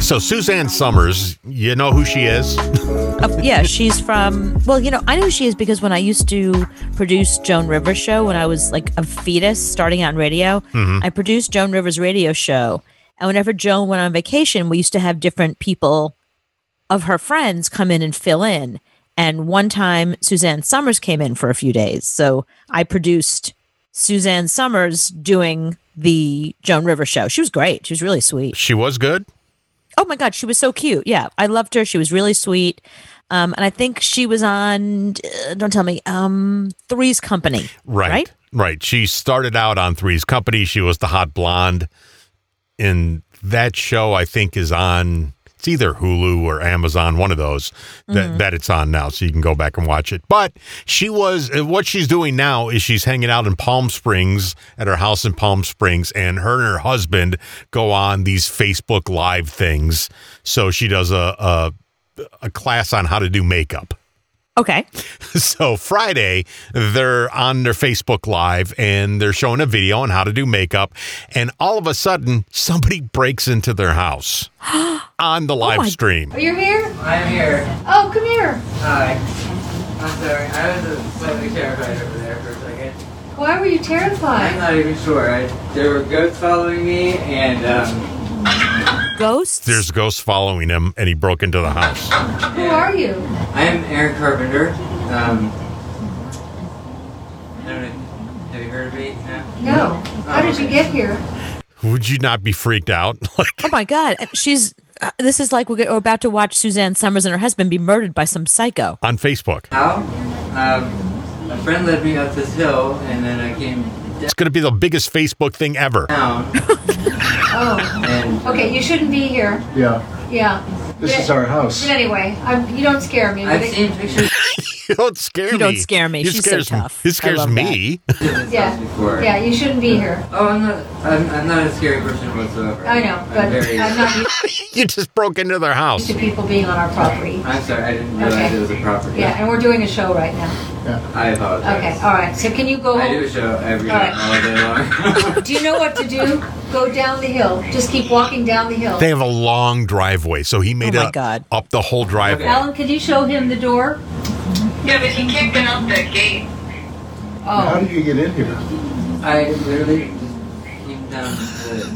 So Suzanne Summers, you know who she is? Uh, yeah, she's from. Well, you know, I know she is because when I used to produce Joan Rivers' show when I was like a fetus starting out in radio, I produced Joan Rivers' radio show. And whenever Joan went on vacation, we used to have different people of her friends come in and fill in. And one time, Suzanne Summers came in for a few days. So I produced Suzanne Summers doing the Joan Rivers show. She was great. She was really sweet. She was good. Oh my God, she was so cute. Yeah, I loved her. She was really sweet. Um, and I think she was on, uh, don't tell me, um, Three's Company. Right. Right? Right. She started out on Three's Company. She was the hot blonde. And that show, I think, is on, it's either Hulu or Amazon, one of those that, that it's on now. So you can go back and watch it. But she was, uh, what she's doing now is she's hanging out in Palm Springs at her house in Palm Springs. And her and her husband go on these Facebook Live things. So she does a, a, a class on how to do makeup Okay. so Friday, they're on their Facebook Live and they're showing a video on how to do makeup. And all of a sudden, somebody breaks into their house on the live Oh my- stream. Are you here? I'm here. Oh, come here. Hi. I'm sorry. I was uh, slightly terrified over there for a second. Why were you I'm terrified? not even sure. I, there were goats following me, and um, Ghosts? There's ghosts following him and he broke into the house. Who are you? I'm Aaron Carpenter. Um, I don't know. Have you heard of me? No. No. How did you get here? Would you not be freaked out? like, oh my God. She's, uh, this is like we're, go- we're about to watch Suzanne Summers and her husband be murdered by some psycho. on Facebook. How? Um, a friend led me up this hill, and then I came It's going to be the biggest Facebook thing ever. down, Oh. and Okay, you shouldn't be here. Yeah, Yeah. this is our house. But anyway, I'm, you don't scare me. I've seen pictures You don't scare You me. don't scare me. It She's so scares me. tough. I It scares love me. of this Yeah. house before. Yeah, you shouldn't be here. Oh, I'm not. I'm, I'm not a scary person whatsoever. I know, I'm but very- I'm not used you just broke into their house. to people being on our property. I'm sorry, I didn't realize Okay. it was a property. Yeah, and we're doing a show right now. I apologize. Okay, all right. So can you go I do home? a show every All night, right. all day long. Do you know what to do? Go down the hill. Just keep walking down the hill. They have a long driveway, so he made Oh my it God. up the whole driveway. Alan, can you show him the door? Yeah, but he kicked out the gate. How Oh, did you get in here? I literally just came down the.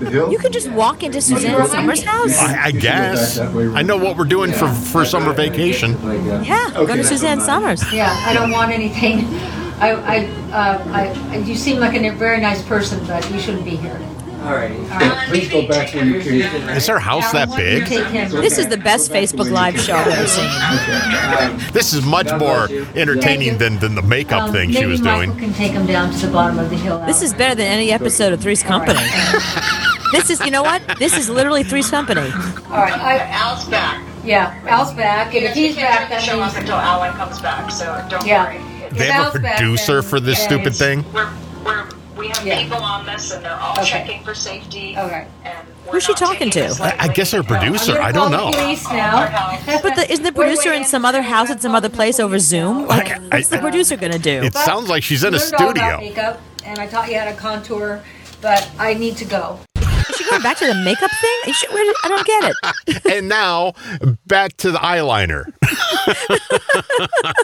The hill? You can just walk into Suzanne right. Summers' house. I, I You should go back guess. that way. uh, I know what we're doing for, for I summer thought I did vacation. like uh, that. Yeah, go Okay. to Suzanne Summers. yeah. I don't want anything. I, I, uh, I, I- you seem like a very nice person, but you shouldn't be here. Alrighty. Please go back where you came from. Is her house that Alan, why don't you big? Take him. This is the best Go back the way Facebook you Live came. show I've ever seen. Um, This is much God more bless you. Thank entertaining you. than, than the makeup Um, thing maybe she was Michael doing. can take him down to the bottom of the hill. This is better than any episode of Three's Company. This is, you know what? This is literally Three's Company. all right. I, Al's back. yeah, Al's back, and if You he's back, can't that show up means until Alan comes back, so don't Yeah. worry. It's- They have a Al's back producer then. for this Yeah, stupid it's- thing. We're, we're, we have Yeah. people on this, and they're all Okay. checking for safety. Okay. And we're Who's she not talking taking to? this I, I guess her lightly. I'm producer. gonna I don't call the know. Police now. But the, isn't the Wait, wait, producer in Ann, some other I'm house gonna at some call other the place over police now. Zoom? I- Like, what's the I- producer gonna do? It sounds like she's in I a learned all about studio. makeup, and I taught you how to contour, but I need to go. Is she going back to the makeup thing? Is she- where did- I don't get it. And now back to the eyeliner. It's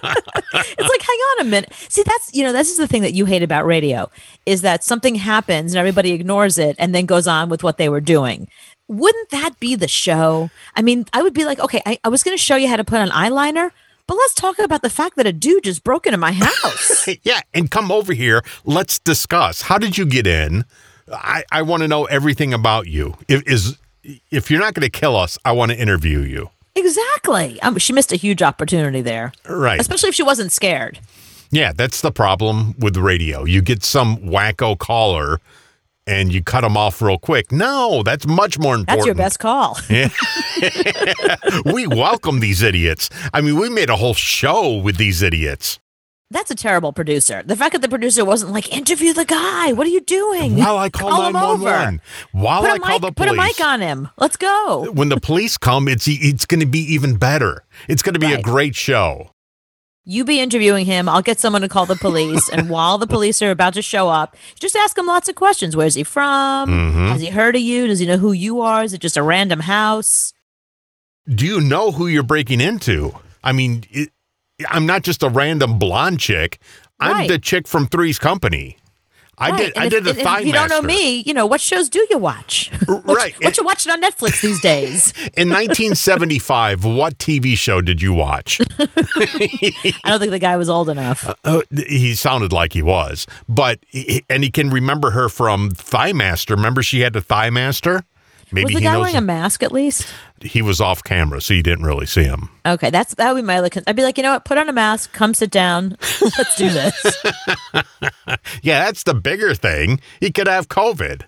like, hang on a minute. See, that's you know, this is the thing that you hate about radio is that something happens and everybody ignores it and then goes on with what they were doing. Wouldn't that be the show? I mean, I would be like, okay, I, I was going to show you how to put on eyeliner, but let's talk about the fact that a dude just broke into my house. yeah, and come over here. Let's discuss. How did you get in? I, I want to know everything about you. If, is, if you're not going to kill us, I want to interview you. exactly. Um, she missed a huge opportunity there, Right. especially if she wasn't scared. Yeah, that's the problem with radio. You get some wacko caller and you cut them off real quick. No, that's much more important. That's your best call. we welcome these idiots. I mean, we made a whole show with these idiots. That's a terrible producer. The fact that the producer wasn't like, interview the guy. What are you doing? While I call Call 'em over. 911, while Put I a, call mic, the put a police. Uh, mic on him. Let's go. e, When the police come, it's it's going to be even better. It's going to be a Right. great show. You be interviewing him. I'll get someone to call the police. and while the police are about to show up, just ask him lots of questions. Where's he from? Mm-hmm. Has he heard of you? Does he know who you are? Is it just a random house? do you know who you're breaking into? I mean, it, I'm not just a random blonde chick. I'm Right. the chick from Three's Company. I Right, did. and I if- did the and thigh If you don't know master. me, you know what shows do you watch? what, right. What you watching on Netflix these days? In 1975, what TV show did you watch? I don't think the guy was old enough. Uh, he sounded like he was, but he, and he can remember her from Thigh Master. Remember, she had the Thigh Master. Maybe was the he guy knows. wearing a mask at least? he was off camera, so you didn't really see him. Okay, that's that would be my other. Con- I'd be like, you know what? Put on a mask. Come sit down. Let's do this. Yeah, that's the bigger thing. He could have COVID.